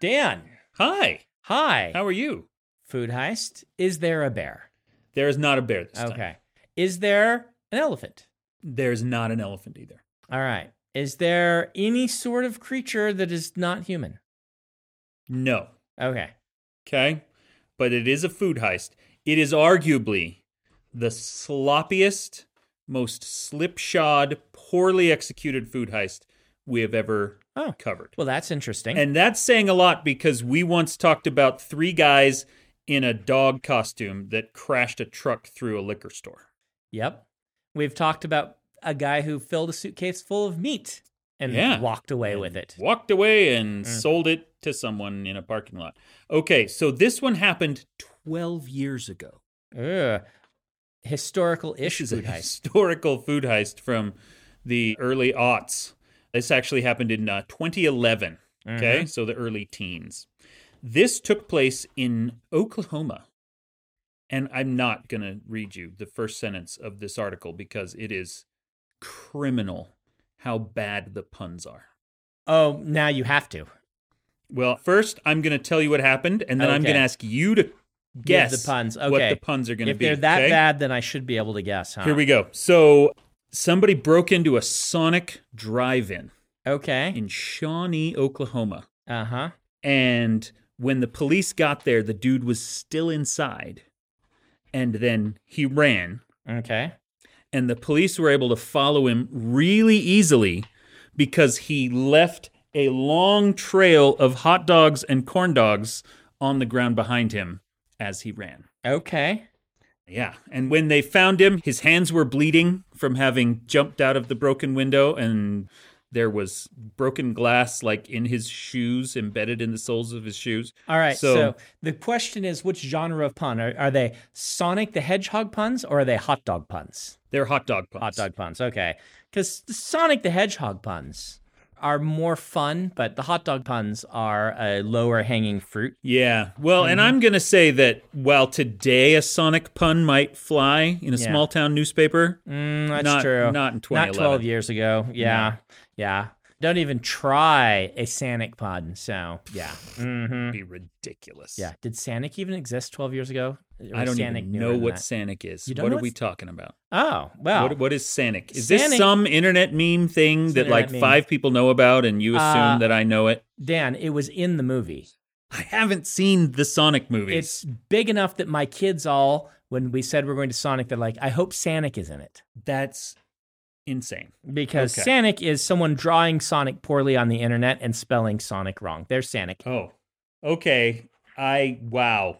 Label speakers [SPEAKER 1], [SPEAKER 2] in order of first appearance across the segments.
[SPEAKER 1] Dan,
[SPEAKER 2] Hi.
[SPEAKER 1] hi.
[SPEAKER 2] How are you?
[SPEAKER 1] Food heist. Is there a bear?
[SPEAKER 2] There is not a bear this time.
[SPEAKER 1] Okay. Is there an elephant?
[SPEAKER 2] There's not an elephant either.
[SPEAKER 1] All right. Is there any sort of creature that is not human?
[SPEAKER 2] No.
[SPEAKER 1] Okay.
[SPEAKER 2] Okay. But it is a food heist. It is arguably the sloppiest, most slipshod, poorly executed food heist we have ever
[SPEAKER 1] Oh.
[SPEAKER 2] covered.
[SPEAKER 1] Well, that's interesting.
[SPEAKER 2] And that's saying a lot because we once talked about three guys in a dog costume that crashed a truck through a liquor store.
[SPEAKER 1] yep. We've talked about a guy who filled a suitcase full of meat and
[SPEAKER 2] Yeah.
[SPEAKER 1] walked away
[SPEAKER 2] and
[SPEAKER 1] with it.
[SPEAKER 2] Walked away and
[SPEAKER 1] Mm.
[SPEAKER 2] sold it to someone in a parking lot. Okay, so this one happened 12 years ago.
[SPEAKER 1] Ugh. Historical ish
[SPEAKER 2] This is a
[SPEAKER 1] food heist.
[SPEAKER 2] historical food heist from the early aughts. This actually happened in uh, 2011. Okay,
[SPEAKER 1] Mm-hmm.
[SPEAKER 2] so the early teens. This took place in Oklahoma. And I'm not going to read you the first sentence of this article because it is criminal how bad the puns are.
[SPEAKER 1] Oh, now you have to.
[SPEAKER 2] Well, first I'm going to tell you what happened, and then I'm
[SPEAKER 1] Okay.
[SPEAKER 2] going to ask you to guess
[SPEAKER 1] the puns.
[SPEAKER 2] what
[SPEAKER 1] Okay.
[SPEAKER 2] the puns are going to
[SPEAKER 1] If
[SPEAKER 2] be.
[SPEAKER 1] they're that
[SPEAKER 2] okay?
[SPEAKER 1] bad, then I should be able to guess, huh?
[SPEAKER 2] Here we go. So somebody broke into a Sonic drive-in
[SPEAKER 1] Okay.
[SPEAKER 2] in Shawnee, Oklahoma,
[SPEAKER 1] Uh huh.
[SPEAKER 2] and when the police got there, the dude was still inside, and then he ran,
[SPEAKER 1] Okay.
[SPEAKER 2] and the police were able to follow him really easily because he left a long trail of hot dogs and corn dogs on the ground behind him as he ran.
[SPEAKER 1] Okay.
[SPEAKER 2] Yeah. And when they found him, his hands were bleeding from having jumped out of the broken window and there was broken glass like in his shoes, embedded in the soles of his shoes.
[SPEAKER 1] All right. So,
[SPEAKER 2] So-
[SPEAKER 1] the question is which genre of pun? Are, are they Sonic the Hedgehog puns or are they hot dog puns?
[SPEAKER 2] They're hot dog puns.
[SPEAKER 1] Hot dog puns. Okay. Because Sonic the Hedgehog puns are more fun, but the hot dog puns are a lower hanging fruit.
[SPEAKER 2] Yeah. Well, and
[SPEAKER 1] Mm-hmm.
[SPEAKER 2] I'm going to say that while today a Sonic pun might fly in a
[SPEAKER 1] Yeah.
[SPEAKER 2] small town newspaper,
[SPEAKER 1] Mm, that's
[SPEAKER 2] not,
[SPEAKER 1] true.
[SPEAKER 2] not in
[SPEAKER 1] Not
[SPEAKER 2] 2011.
[SPEAKER 1] 12 years ago. Yeah. Yeah. Don't even try a Sonic pun. So, yeah. hmm
[SPEAKER 2] It'd be ridiculous.
[SPEAKER 1] Yeah. Did Sonic even exist 12 years ago? Or
[SPEAKER 2] I don't
[SPEAKER 1] Sonic
[SPEAKER 2] even
[SPEAKER 1] newer
[SPEAKER 2] know
[SPEAKER 1] than
[SPEAKER 2] what
[SPEAKER 1] that?
[SPEAKER 2] Sanic is.
[SPEAKER 1] You don't
[SPEAKER 2] What
[SPEAKER 1] know
[SPEAKER 2] are we
[SPEAKER 1] what-
[SPEAKER 2] talking about?
[SPEAKER 1] Oh, well.
[SPEAKER 2] What, what is Sanic? Is
[SPEAKER 1] Sanic-
[SPEAKER 2] this some internet meme thing
[SPEAKER 1] It's
[SPEAKER 2] that
[SPEAKER 1] an
[SPEAKER 2] like
[SPEAKER 1] internet meme.
[SPEAKER 2] five people know about and you assume
[SPEAKER 1] Uh,
[SPEAKER 2] that I know it?
[SPEAKER 1] Dan, it was in the movie.
[SPEAKER 2] I haven't seen the Sonic movies.
[SPEAKER 1] It's big enough that my kids all, when we said we're going to Sonic, they're like, I hope Sonic is in it.
[SPEAKER 2] that's insane.
[SPEAKER 1] Because
[SPEAKER 2] Okay.
[SPEAKER 1] Sonic is someone drawing Sonic poorly on the internet and spelling Sonic wrong. There's Sonic.
[SPEAKER 2] Oh, okay. I wow.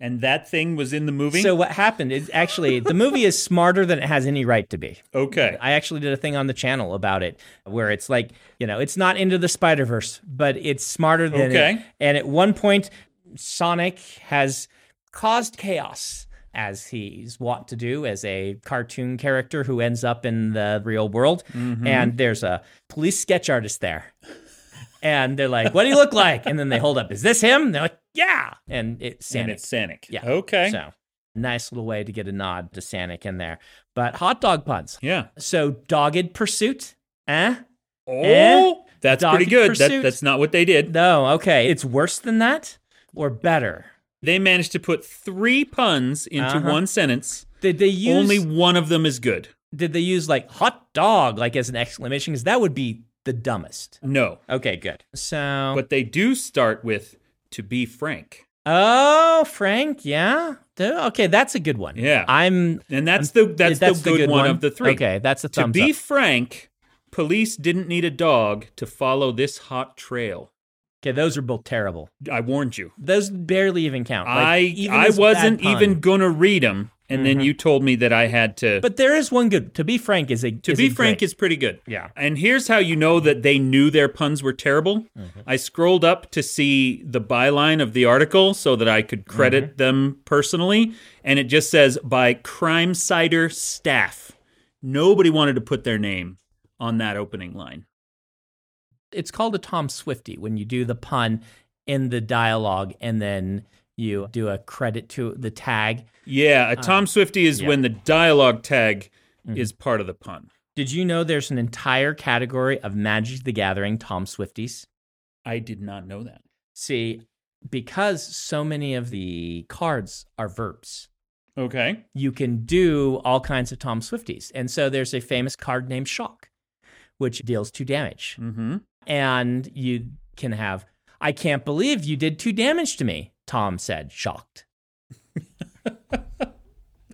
[SPEAKER 2] And that thing was in the movie.
[SPEAKER 1] So what happened is actually the movie is smarter than it has any right to be.
[SPEAKER 2] okay,
[SPEAKER 1] I actually did a thing on the channel about it where it's like, you know, it's not into the Spider Verse, but it's smarter than it.
[SPEAKER 2] Okay.
[SPEAKER 1] And at one point, Sonic has caused chaos as he's wont to do as a cartoon character who ends up in the real world.
[SPEAKER 2] Mm-hmm.
[SPEAKER 1] And there's a police sketch artist there. And they're like, what do you look like? And then they hold up, is this him? And they're like, yeah. And it's Sonic.
[SPEAKER 2] and it's Sanic.
[SPEAKER 1] Yeah.
[SPEAKER 2] Okay.
[SPEAKER 1] So nice little way to get a nod to Sonic in there. But hot dog puns.
[SPEAKER 2] Yeah.
[SPEAKER 1] So dogged pursuit? Eh?
[SPEAKER 2] Oh,
[SPEAKER 1] Eh?
[SPEAKER 2] that's
[SPEAKER 1] Donkey
[SPEAKER 2] pretty good. That,
[SPEAKER 1] Pursuit.
[SPEAKER 2] that's not what they did.
[SPEAKER 1] No, okay. It's worse than that or better.
[SPEAKER 2] They managed to put three puns into
[SPEAKER 1] Uh-huh.
[SPEAKER 2] one sentence.
[SPEAKER 1] Did they use
[SPEAKER 2] Only one of them is good.
[SPEAKER 1] did they use like hot dog like as an exclamation? Because that would be the dumbest.
[SPEAKER 2] No,
[SPEAKER 1] Okay, good. So
[SPEAKER 2] but they do start with "to be frank,"
[SPEAKER 1] Oh, Frank, yeah. Th- Okay, that's a good one.
[SPEAKER 2] Yeah.
[SPEAKER 1] I'm
[SPEAKER 2] and that's the that's, the, good one, of the three.
[SPEAKER 1] Okay, that's a
[SPEAKER 2] To
[SPEAKER 1] thumbs
[SPEAKER 2] be
[SPEAKER 1] up.
[SPEAKER 2] frank, police didn't need a dog to follow this hot trail.
[SPEAKER 1] Okay, those are both terrible.
[SPEAKER 2] I warned you.
[SPEAKER 1] Those barely even count. Like,
[SPEAKER 2] I
[SPEAKER 1] even
[SPEAKER 2] I
[SPEAKER 1] as a bad
[SPEAKER 2] wasn't
[SPEAKER 1] pun. Mm-hmm.
[SPEAKER 2] even gonna read them, and then you told me that I had to.
[SPEAKER 1] But there is one good. To be frank is a
[SPEAKER 2] to be frank, is pretty good.
[SPEAKER 1] Yeah.
[SPEAKER 2] And here's how you know that they knew their puns were terrible. I scrolled up to see the byline of the article so that I could credit them personally, and it just says by Crime Cider staff. Nobody wanted to put their name on that opening line.
[SPEAKER 1] it's called a Tom Swifty when you do the pun in the dialogue and then you do a credit to the tag.
[SPEAKER 2] Ah, Yeah, Mm-hmm. a Tom Swifty is
[SPEAKER 1] yeah.
[SPEAKER 2] when the dialogue tag is part of the pun.
[SPEAKER 1] Did you know there's an entire category of Magic the Gathering Tom Swifties?
[SPEAKER 2] I did not know that.
[SPEAKER 1] See, because so many of the cards are verbs,
[SPEAKER 2] Okay.
[SPEAKER 1] you can do all kinds of Tom Swifties. And so there's a famous card named Shock, which deals two damage.
[SPEAKER 2] Mm-hmm.
[SPEAKER 1] And you can have, I can't believe you did two damage to me, Tom said, shocked.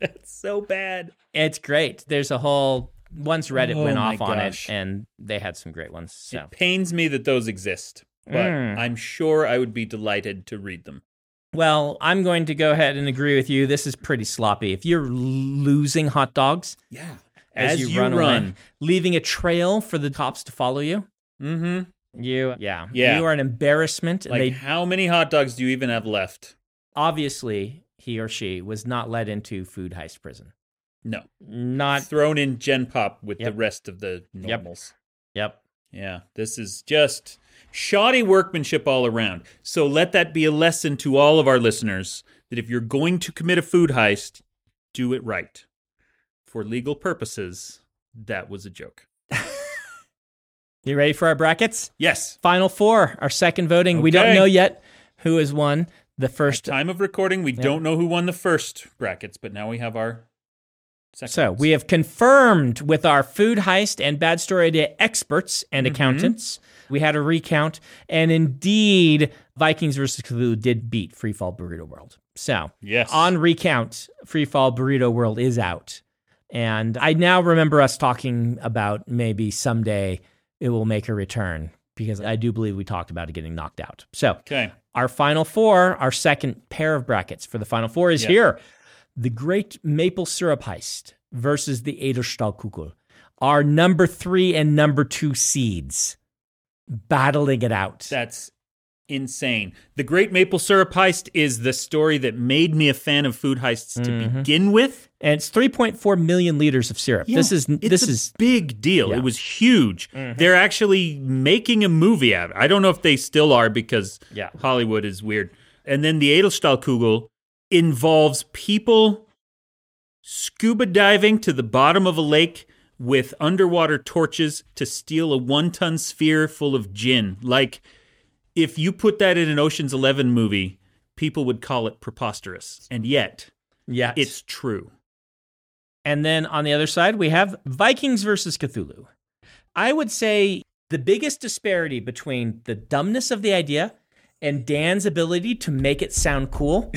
[SPEAKER 2] That's so bad.
[SPEAKER 1] It's great. There's a whole, once Reddit
[SPEAKER 2] Oh
[SPEAKER 1] went
[SPEAKER 2] my
[SPEAKER 1] off on it
[SPEAKER 2] gosh.
[SPEAKER 1] and they had some great ones. So.
[SPEAKER 2] It pains me that those exist, but
[SPEAKER 1] Mm.
[SPEAKER 2] I'm sure I would be delighted to read them.
[SPEAKER 1] Well, I'm going to go ahead and agree with you. This is pretty sloppy. If you're losing hot dogs
[SPEAKER 2] Yeah.
[SPEAKER 1] as, you, run, away,
[SPEAKER 2] run.
[SPEAKER 1] leaving a trail for the cops to follow you,
[SPEAKER 2] Mm-hmm.
[SPEAKER 1] you yeah,
[SPEAKER 2] Yeah.
[SPEAKER 1] you are an embarrassment. And
[SPEAKER 2] Like,
[SPEAKER 1] they
[SPEAKER 2] how many hot dogs do you even have left?
[SPEAKER 1] obviously he or she was not led into food heist prison.
[SPEAKER 2] No.
[SPEAKER 1] Not
[SPEAKER 2] Thrown in Gen Pop with
[SPEAKER 1] Yep.
[SPEAKER 2] the rest of the normals.
[SPEAKER 1] yep.
[SPEAKER 2] Yeah. This is just shoddy workmanship all around. So let that be a lesson to all of our listeners that if you're going to commit a food heist, do it right. For legal purposes, that was a joke.
[SPEAKER 1] You ready for our brackets?
[SPEAKER 2] Yes.
[SPEAKER 1] Final four, our second voting. We don't
[SPEAKER 2] Okay.
[SPEAKER 1] know yet who has won the first.
[SPEAKER 2] Time of recording, we don't know who won the first brackets, but now we have our second.
[SPEAKER 1] So
[SPEAKER 2] ones.
[SPEAKER 1] we have confirmed with our food heist and bad story idea experts and accountants. We had a recount, and indeed, Vikings versus Cthulhu did beat Freefall Burrito World. So
[SPEAKER 2] yes.
[SPEAKER 1] on recount, Freefall Burrito World is out. And I now remember us talking about maybe someday it will make a return because I do believe we talked about it getting knocked out. So
[SPEAKER 2] Okay.
[SPEAKER 1] our final four, our second pair of brackets for the final four is
[SPEAKER 2] Yeah.
[SPEAKER 1] here. The Great Maple Syrup Heist versus the Edelstahlkugel are number three and number two seeds battling it out.
[SPEAKER 2] That's insane. The Great Maple Syrup Heist is the story that made me a fan of food heists to
[SPEAKER 1] Mm-hmm.
[SPEAKER 2] begin with.
[SPEAKER 1] and it's 3.4 million liters of syrup. this
[SPEAKER 2] Yeah,
[SPEAKER 1] is
[SPEAKER 2] it's
[SPEAKER 1] this
[SPEAKER 2] a
[SPEAKER 1] is
[SPEAKER 2] big deal. It was huge. They're actually making a movie out of it. I don't know if they still are because
[SPEAKER 1] Yeah.
[SPEAKER 2] Hollywood is weird. And then the Edelstahlkugel involves people scuba diving to the bottom of a lake with underwater torches to steal a one-ton sphere full of gin. Like if you put that in an Ocean's 11 movie, people would call it preposterous. And yet,
[SPEAKER 1] yeah.
[SPEAKER 2] it's true.
[SPEAKER 1] And then on the other side, we have Vikings versus Cthulhu. I would say the biggest disparity between the dumbness of the idea and Dan's ability to make it sound cool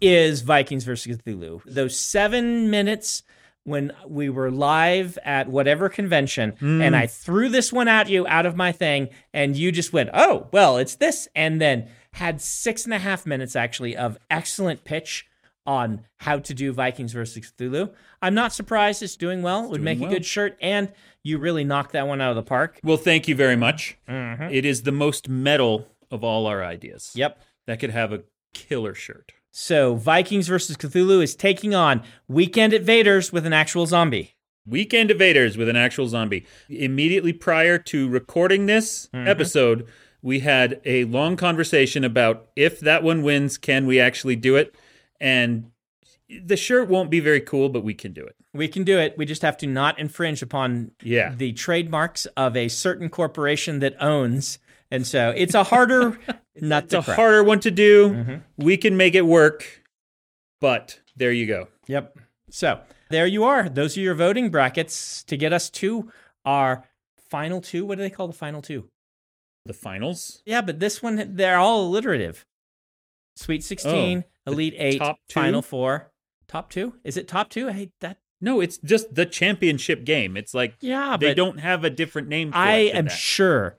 [SPEAKER 1] is Vikings versus Cthulhu. Those seven minutes when we were live at whatever convention and I threw this one at you out of my thing, and you just went, oh, well, it's this. And then had six and a half minutes actually of excellent pitch on how to do Vikings versus Cthulhu. I'm not surprised it's doing well. It would make
[SPEAKER 2] well.
[SPEAKER 1] a good shirt. And you really knocked that one out of the park.
[SPEAKER 2] Well, thank you very much. It is the most metal of all our ideas.
[SPEAKER 1] Yep.
[SPEAKER 2] That could have a killer shirt.
[SPEAKER 1] So Vikings versus Cthulhu is taking on Weekend at Vader's with an actual zombie.
[SPEAKER 2] Weekend Evaders with an actual zombie. Immediately prior to recording this
[SPEAKER 1] Mm-hmm.
[SPEAKER 2] episode, we had a long conversation about if that one wins, can we actually do it? And the shirt won't be very cool, but we can do it.
[SPEAKER 1] We can do it. We just have to not infringe upon
[SPEAKER 2] Yeah.
[SPEAKER 1] the trademarks of a certain corporation that owns. And so it's a harder nut
[SPEAKER 2] It's a
[SPEAKER 1] to crack.
[SPEAKER 2] harder one to do.
[SPEAKER 1] Mm-hmm.
[SPEAKER 2] We can make it work, but there you go.
[SPEAKER 1] Yep. So there you are. Those are your voting brackets to get us to our final two. What do they call the final two?
[SPEAKER 2] The finals.
[SPEAKER 1] Yeah, but this one, they're all alliterative. Sweet 16,
[SPEAKER 2] Oh, the
[SPEAKER 1] Elite 8,
[SPEAKER 2] top two?
[SPEAKER 1] Final 4. Top 2? Is it top 2? Hey, that
[SPEAKER 2] No, it's just the championship game. It's like
[SPEAKER 1] Yeah,
[SPEAKER 2] they
[SPEAKER 1] but
[SPEAKER 2] don't have a different name. For
[SPEAKER 1] I
[SPEAKER 2] it than
[SPEAKER 1] am
[SPEAKER 2] that.
[SPEAKER 1] sure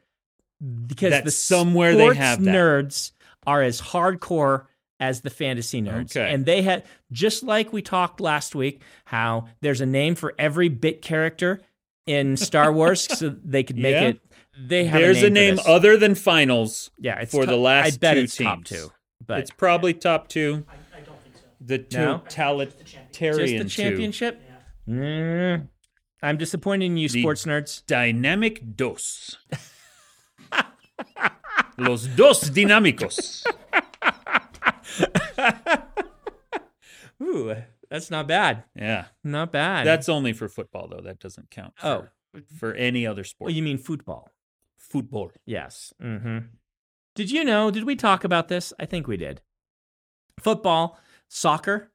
[SPEAKER 1] because
[SPEAKER 2] That
[SPEAKER 1] the
[SPEAKER 2] somewhere they
[SPEAKER 1] sports
[SPEAKER 2] have that.
[SPEAKER 1] nerds are as hardcore as the fantasy nerds,
[SPEAKER 2] Okay.
[SPEAKER 1] and they had just like we talked last week how there's a name for every bit character in Star Wars, so they could make
[SPEAKER 2] Yeah.
[SPEAKER 1] it. They have
[SPEAKER 2] There's
[SPEAKER 1] a name. for this.
[SPEAKER 2] other than finals.
[SPEAKER 1] yeah, it's
[SPEAKER 2] for
[SPEAKER 1] to-
[SPEAKER 2] the last
[SPEAKER 1] I bet
[SPEAKER 2] two
[SPEAKER 1] it's top
[SPEAKER 2] teams.
[SPEAKER 1] two, but
[SPEAKER 2] it's probably top two.
[SPEAKER 3] I don't think so.
[SPEAKER 2] The two
[SPEAKER 1] No? just the
[SPEAKER 2] totalitarian two.
[SPEAKER 1] championship. Mm. I'm disappointed in you,
[SPEAKER 2] The-
[SPEAKER 1] sports nerds.
[SPEAKER 2] Dynamic dos. Los dos dinámicos.
[SPEAKER 1] Ooh, that's not bad.
[SPEAKER 2] Yeah,
[SPEAKER 1] Not bad.
[SPEAKER 2] that's only for football though. That doesn't count. For,
[SPEAKER 1] oh,
[SPEAKER 2] for any other
[SPEAKER 1] well,
[SPEAKER 2] sport.
[SPEAKER 1] you mean football?
[SPEAKER 2] Football.
[SPEAKER 1] Yes. Mm-hmm. Did you know? Did we talk about this? I think we did. Football, soccer.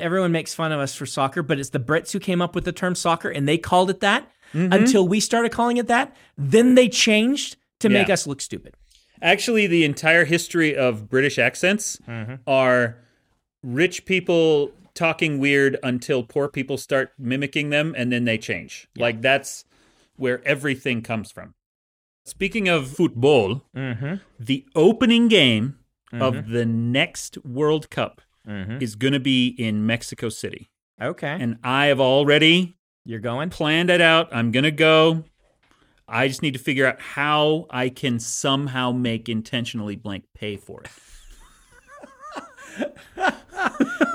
[SPEAKER 1] Everyone makes fun of us for soccer, but it's the Brits who came up with the term soccer and they called it that
[SPEAKER 2] Mm-hmm.
[SPEAKER 1] until we started calling it that. Then they changed to
[SPEAKER 2] Yeah.
[SPEAKER 1] make us look stupid.
[SPEAKER 2] Actually, the entire history of British accents are rich people talking weird until poor people start mimicking them and then they change. Like that's where everything comes from. Speaking of football, the opening game of the next World Cup is going to be in Mexico City.
[SPEAKER 1] Okay.
[SPEAKER 2] And I have already
[SPEAKER 1] You're going?
[SPEAKER 2] planned it out. I'm going to go. I just need to figure out how I can somehow make intentionally blank pay for it.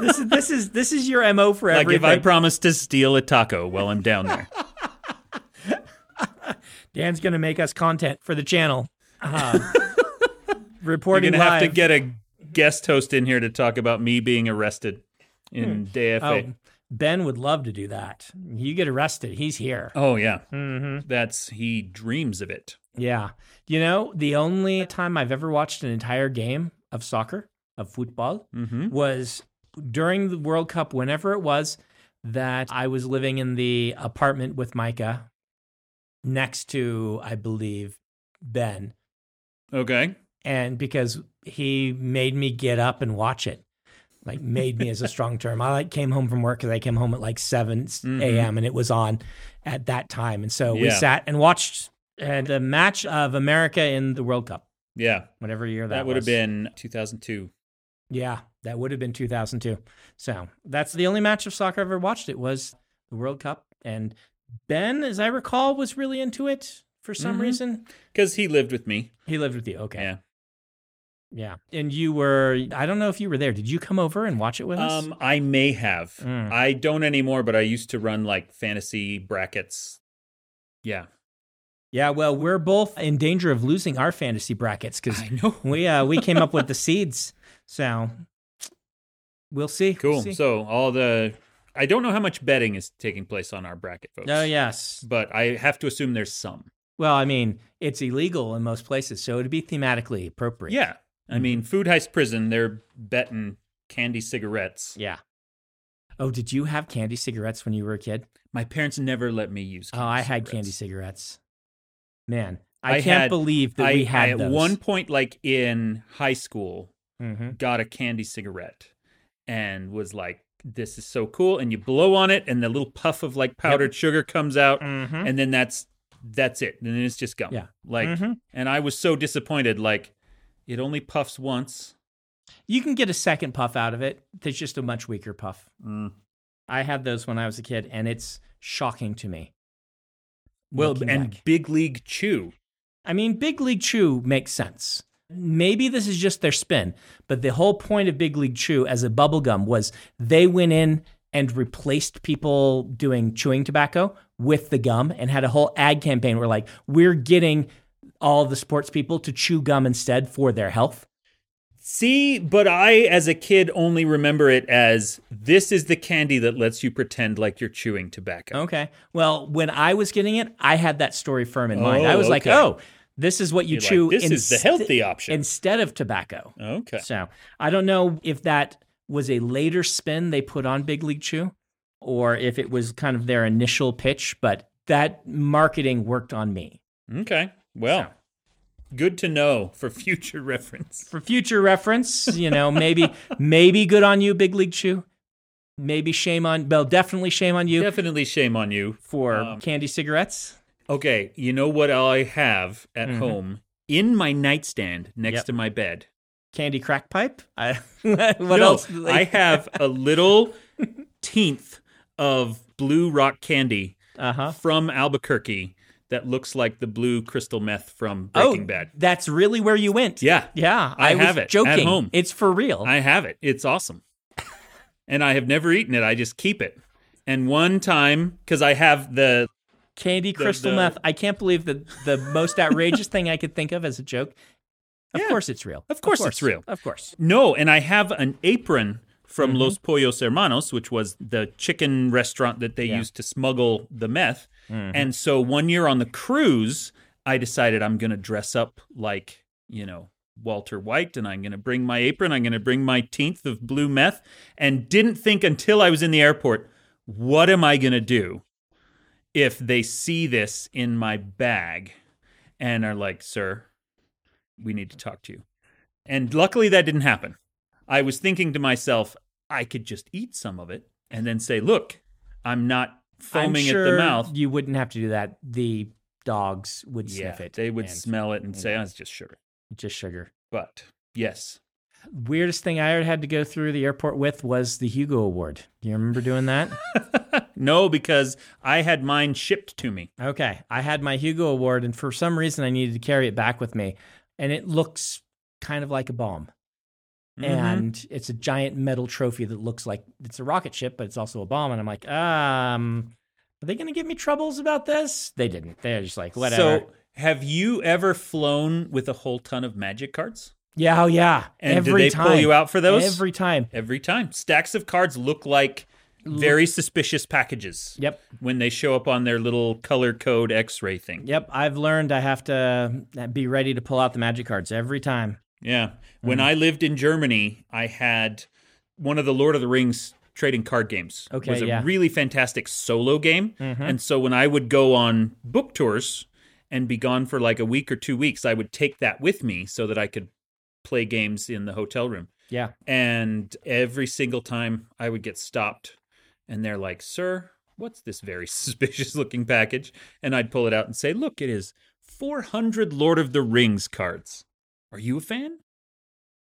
[SPEAKER 1] this is this is this is your MO for
[SPEAKER 2] Like
[SPEAKER 1] everything.
[SPEAKER 2] if I promise to steal a taco while I'm down there.
[SPEAKER 1] Dan's gonna make us content for the channel. Uh,
[SPEAKER 2] We're
[SPEAKER 1] reporting
[SPEAKER 2] going to Uh-huh. have to
[SPEAKER 1] live.
[SPEAKER 2] get a guest host in here to talk about me being arrested in DFA.
[SPEAKER 1] Oh, Ben would love to do that. You get arrested, he's here.
[SPEAKER 2] Oh, yeah.
[SPEAKER 1] Mm-hmm.
[SPEAKER 2] That's he dreams of it.
[SPEAKER 1] Yeah. You know, the only time I've ever watched an entire game of soccer, of football,
[SPEAKER 2] Mm-hmm.
[SPEAKER 1] was during the World Cup, whenever it was that I was living in the apartment with Micah next to, I believe, Ben.
[SPEAKER 2] Okay.
[SPEAKER 1] And because he made me get up and watch it. Like made me as a strong term. I like came home from work because I came home at like 7 a.m. and it was on at that time. And so we
[SPEAKER 2] Mm-hmm. Yeah.
[SPEAKER 1] sat and watched uh, the match of America in the World Cup,
[SPEAKER 2] Yeah.
[SPEAKER 1] whatever year that,
[SPEAKER 2] That would have
[SPEAKER 1] was.
[SPEAKER 2] been 2002.
[SPEAKER 1] Yeah, that would have been 2002. So that's the only match of soccer I've ever watched. It was the World Cup. And Ben, as I recall, was really into it for some
[SPEAKER 2] Mhm.
[SPEAKER 1] reason.
[SPEAKER 2] Because he lived with me.
[SPEAKER 1] He lived with you. Okay.
[SPEAKER 2] Yeah.
[SPEAKER 1] Yeah. And you were, I don't know if you were there. Did you come over and watch it with us?
[SPEAKER 2] Um, I may have.
[SPEAKER 1] Mm.
[SPEAKER 2] I don't anymore, but I used to run like fantasy brackets. Yeah.
[SPEAKER 1] Yeah. Well, we're both in danger of losing our fantasy brackets because
[SPEAKER 2] know.
[SPEAKER 1] we, uh, we came up with the seeds. So we'll see.
[SPEAKER 2] Cool.
[SPEAKER 1] We'll see.
[SPEAKER 2] So all the I don't know how much betting is taking place on our bracket folks.
[SPEAKER 1] oh, yes.
[SPEAKER 2] But I have to assume there's some.
[SPEAKER 1] Well, I mean, it's illegal in most places. So it'd be thematically appropriate.
[SPEAKER 2] Yeah. I mean,
[SPEAKER 1] Mm-hmm.
[SPEAKER 2] food heist prison, they're betting candy cigarettes.
[SPEAKER 1] Yeah. Oh, did you have candy cigarettes when you were a kid?
[SPEAKER 2] My parents never let me use
[SPEAKER 1] Oh,
[SPEAKER 2] candy
[SPEAKER 1] I had candy
[SPEAKER 2] cigarettes.
[SPEAKER 1] cigarettes. Man, I,
[SPEAKER 2] I
[SPEAKER 1] can't
[SPEAKER 2] had-
[SPEAKER 1] believe that we
[SPEAKER 2] I-
[SPEAKER 1] had
[SPEAKER 2] I, at
[SPEAKER 1] those.
[SPEAKER 2] one point like in high school
[SPEAKER 1] hmm
[SPEAKER 2] got a candy cigarette and was like, this is so cool. And you blow on it, and the little puff of like powdered sugar comes out,
[SPEAKER 1] Mhm.
[SPEAKER 2] and then that's that's it. And then it's just gum.
[SPEAKER 1] Yeah.
[SPEAKER 2] Like,
[SPEAKER 1] Mhm.
[SPEAKER 2] and I was so disappointed. Like, it only puffs once.
[SPEAKER 1] You can get a second puff out of it. It's just a much weaker puff.
[SPEAKER 2] Mm.
[SPEAKER 1] I had those when I was a kid, and it's shocking to me.
[SPEAKER 2] Well,
[SPEAKER 1] Looking
[SPEAKER 2] and
[SPEAKER 1] back.
[SPEAKER 2] Big League Chew.
[SPEAKER 1] I mean, Big League Chew makes sense. Maybe this is just their spin, but the whole point of Big League Chew as a bubblegum was they went in and replaced people doing chewing tobacco with the gum and had a whole ad campaign where, like, we're getting all the sports people to chew gum instead for their health.
[SPEAKER 2] See, but I, as a kid, only remember it as this is the candy that lets you pretend like you're chewing tobacco.
[SPEAKER 1] Okay. Well, when I was getting it, I had that story firm in mind.
[SPEAKER 2] Oh,
[SPEAKER 1] I was like,
[SPEAKER 2] okay.
[SPEAKER 1] oh, this is what you
[SPEAKER 2] You're like,
[SPEAKER 1] chew
[SPEAKER 2] this is the
[SPEAKER 1] inst-
[SPEAKER 2] healthy option.
[SPEAKER 1] instead of tobacco.
[SPEAKER 2] okay.
[SPEAKER 1] So I don't know if that was a later spin they put on Big League Chew or if it was kind of their initial pitch, but that marketing worked on me.
[SPEAKER 2] Okay. Well, good to know for future reference.
[SPEAKER 1] For future reference, you know, maybe maybe good on you, Big League Chew. Maybe shame on well, definitely shame on you
[SPEAKER 2] Definitely shame on you.
[SPEAKER 1] for
[SPEAKER 2] um,
[SPEAKER 1] candy cigarettes.
[SPEAKER 2] Okay, you know what I have at home in my nightstand next
[SPEAKER 1] Mm-hmm. Yep.
[SPEAKER 2] to my bed.
[SPEAKER 1] Candy crack pipe? I, what
[SPEAKER 2] No,
[SPEAKER 1] else?
[SPEAKER 2] I have a little teenth of blue rock candy
[SPEAKER 1] uh-huh.
[SPEAKER 2] from Albuquerque that looks like the blue crystal meth from
[SPEAKER 1] Oh,
[SPEAKER 2] Breaking Bad.
[SPEAKER 1] that's really where you went.
[SPEAKER 2] Yeah.
[SPEAKER 1] Yeah,
[SPEAKER 2] I
[SPEAKER 1] was
[SPEAKER 2] have it at
[SPEAKER 1] Joking,
[SPEAKER 2] home.
[SPEAKER 1] it's for real.
[SPEAKER 2] I have it. It's awesome. and I have never eaten it. I just keep it. And one time, because I have the
[SPEAKER 1] candy crystal
[SPEAKER 2] the-
[SPEAKER 1] meth. I can't believe that the most outrageous thing I could think of as a joke. Of
[SPEAKER 2] Yeah.
[SPEAKER 1] course it's real.
[SPEAKER 2] Of course it's real.
[SPEAKER 1] Of course.
[SPEAKER 2] No, and I have an apron from Los Pollos Hermanos, which was the chicken restaurant that they used to smuggle the meth. And so one year on the cruise, I decided I'm going to dress up like, you know, Walter White and I'm going to bring my apron. I'm going to bring my teenth of blue meth. And didn't think until I was in the airport, what am I going to do if they see this in my bag and are like, sir, we need to talk to you? And luckily that didn't happen. I was thinking to myself, I could just eat some of it and then say, look, I'm not
[SPEAKER 1] I'm
[SPEAKER 2] foaming
[SPEAKER 1] sure
[SPEAKER 2] at the mouth.
[SPEAKER 1] You wouldn't have to do that. The dogs would sniff it.
[SPEAKER 2] They would
[SPEAKER 1] and
[SPEAKER 2] smell it and
[SPEAKER 1] and-
[SPEAKER 2] say, oh, it's just sugar.
[SPEAKER 1] just sugar.
[SPEAKER 2] But yes.
[SPEAKER 1] Weirdest thing I ever had to go through the airport with was the Hugo Award. Do you remember doing that?
[SPEAKER 2] no, because I had mine shipped to me.
[SPEAKER 1] Okay. I had my Hugo Award, and for some reason, I needed to carry it back with me. And it looks kind of like a bomb.
[SPEAKER 2] Mm-hmm.
[SPEAKER 1] And it's a giant metal trophy that looks like it's a rocket ship, but it's also a bomb. And I'm like, um, are they going to give me troubles about this? They didn't. They're just like, whatever.
[SPEAKER 2] So, have you ever flown with a whole ton of magic cards?
[SPEAKER 1] yeah, oh, yeah.
[SPEAKER 2] And
[SPEAKER 1] Every
[SPEAKER 2] do they
[SPEAKER 1] time.
[SPEAKER 2] pull you out for those?
[SPEAKER 1] Every time.
[SPEAKER 2] Every time. Stacks of cards look like very suspicious packages
[SPEAKER 1] Yep.
[SPEAKER 2] when they show up on their little color code x ray thing.
[SPEAKER 1] Yep. I've learned I have to uh, be ready to pull out the magic cards every time.
[SPEAKER 2] Yeah. When
[SPEAKER 1] Mm-hmm.
[SPEAKER 2] I lived in Germany, I had one of the Lord of the Rings trading card games.
[SPEAKER 1] Okay,
[SPEAKER 2] It was a
[SPEAKER 1] yeah. Mm-hmm.
[SPEAKER 2] really fantastic solo game. And so when I would go on book tours and be gone for like a week or two weeks, I would take that with me so that I could play games in the hotel room.
[SPEAKER 1] Yeah.
[SPEAKER 2] And every single time I would get stopped and they're like, Sir, what's this very suspicious looking package? And I'd pull it out and say, Look, it is 400 Lord of the Rings cards. Are you a fan?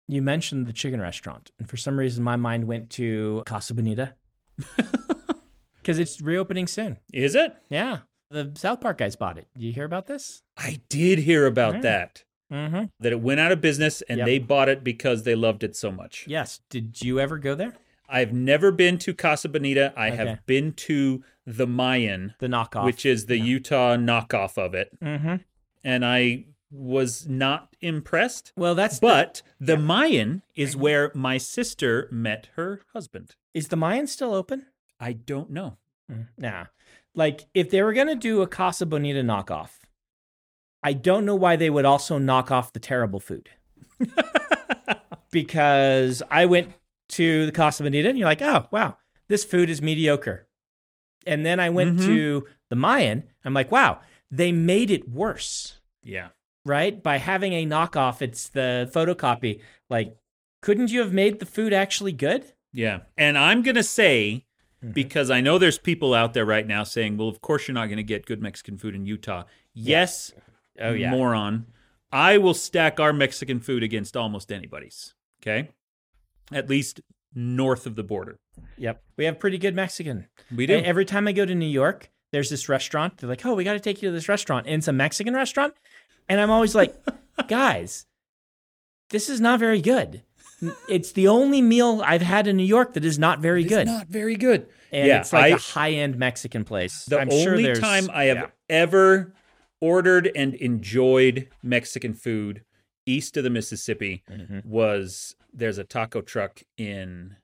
[SPEAKER 1] You mentioned the chicken restaurant, and for some reason, my mind went to Casa Bonita because it's reopening soon.
[SPEAKER 2] Is it?
[SPEAKER 1] Yeah, the South Park guys bought it. Do you hear about this?
[SPEAKER 2] I did hear about
[SPEAKER 1] Mm.
[SPEAKER 2] that.
[SPEAKER 1] Mm-hmm.
[SPEAKER 2] That it went out of business and
[SPEAKER 1] Yep.
[SPEAKER 2] they bought it because they loved it so much.
[SPEAKER 1] Yes. Did you ever go there?
[SPEAKER 2] I've never been to Casa Bonita. I
[SPEAKER 1] Okay.
[SPEAKER 2] have been to the Mayan,
[SPEAKER 1] The knockoff.
[SPEAKER 2] which is the Utah knockoff of it.
[SPEAKER 1] Mm-hmm.
[SPEAKER 2] And I was not impressed.
[SPEAKER 1] Well, that's. the-
[SPEAKER 2] But the Mayan is where my sister met her husband.
[SPEAKER 1] is the Mayan still open?
[SPEAKER 2] I don't know.
[SPEAKER 1] Mm, Nah. Like, if they were gonna do a Casa Bonita knockoff, I don't know why they would also knock off the terrible food. because I went to the Casa Bonita and you're like, oh wow, this food is mediocre. And then I went
[SPEAKER 2] Mhm.
[SPEAKER 1] to the Mayan. I'm like, wow, they made it worse,
[SPEAKER 2] Yeah.
[SPEAKER 1] right? By having a knockoff, it's the photocopy. Like, couldn't you have made the food actually good?
[SPEAKER 2] Yeah. And I'm going to say,
[SPEAKER 1] Mm-hmm.
[SPEAKER 2] because I know there's people out there right now saying, well, of course you're not going to get good Mexican food in Utah. Yes,
[SPEAKER 1] Oh, yeah.
[SPEAKER 2] moron. I will stack our Mexican food against almost anybody's. Okay. At least north of the border.
[SPEAKER 1] Yep. We have pretty good Mexican.
[SPEAKER 2] We do.
[SPEAKER 1] And Every time I go to New York, there's this restaurant. They're like, oh, we got to take you to this restaurant. And it's a Mexican restaurant. And I'm always like, guys, this is not very good. It's the only meal I've had in New York that is not very good.
[SPEAKER 2] Not very good.
[SPEAKER 1] and
[SPEAKER 2] yeah,
[SPEAKER 1] it's like
[SPEAKER 2] I-
[SPEAKER 1] a high end Mexican place.
[SPEAKER 2] The
[SPEAKER 1] I'm sure
[SPEAKER 2] only
[SPEAKER 1] there's-
[SPEAKER 2] time I have
[SPEAKER 1] yeah.
[SPEAKER 2] ever ordered and enjoyed Mexican food east of the Mississippi
[SPEAKER 1] Mm-hmm.
[SPEAKER 2] was there's a taco truck in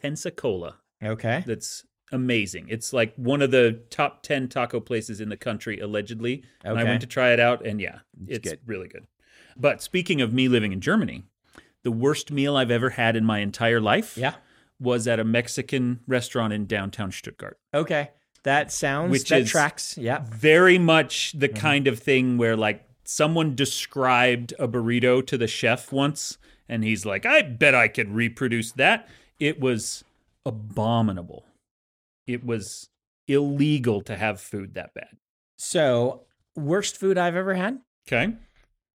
[SPEAKER 2] Pensacola
[SPEAKER 1] Okay.
[SPEAKER 2] that's amazing. It's like one of the top 10 taco places in the country, allegedly. And I
[SPEAKER 1] Okay.
[SPEAKER 2] went to try it out, and yeah, it's,
[SPEAKER 1] good.
[SPEAKER 2] really good. But speaking of me living in Germany, the worst meal I've ever had in my entire life
[SPEAKER 1] Yeah.
[SPEAKER 2] was at a Mexican restaurant in downtown Stuttgart.
[SPEAKER 1] Okay. That sounds,
[SPEAKER 2] Which
[SPEAKER 1] that
[SPEAKER 2] is-
[SPEAKER 1] tracks. Yeah.
[SPEAKER 2] very much
[SPEAKER 1] Mm-hmm.
[SPEAKER 2] the kind of thing where like someone described a burrito to the chef once and he's like i bet i could reproduce that it was abominable it was illegal to have food that bad
[SPEAKER 1] So, worst food I've ever had?
[SPEAKER 2] okay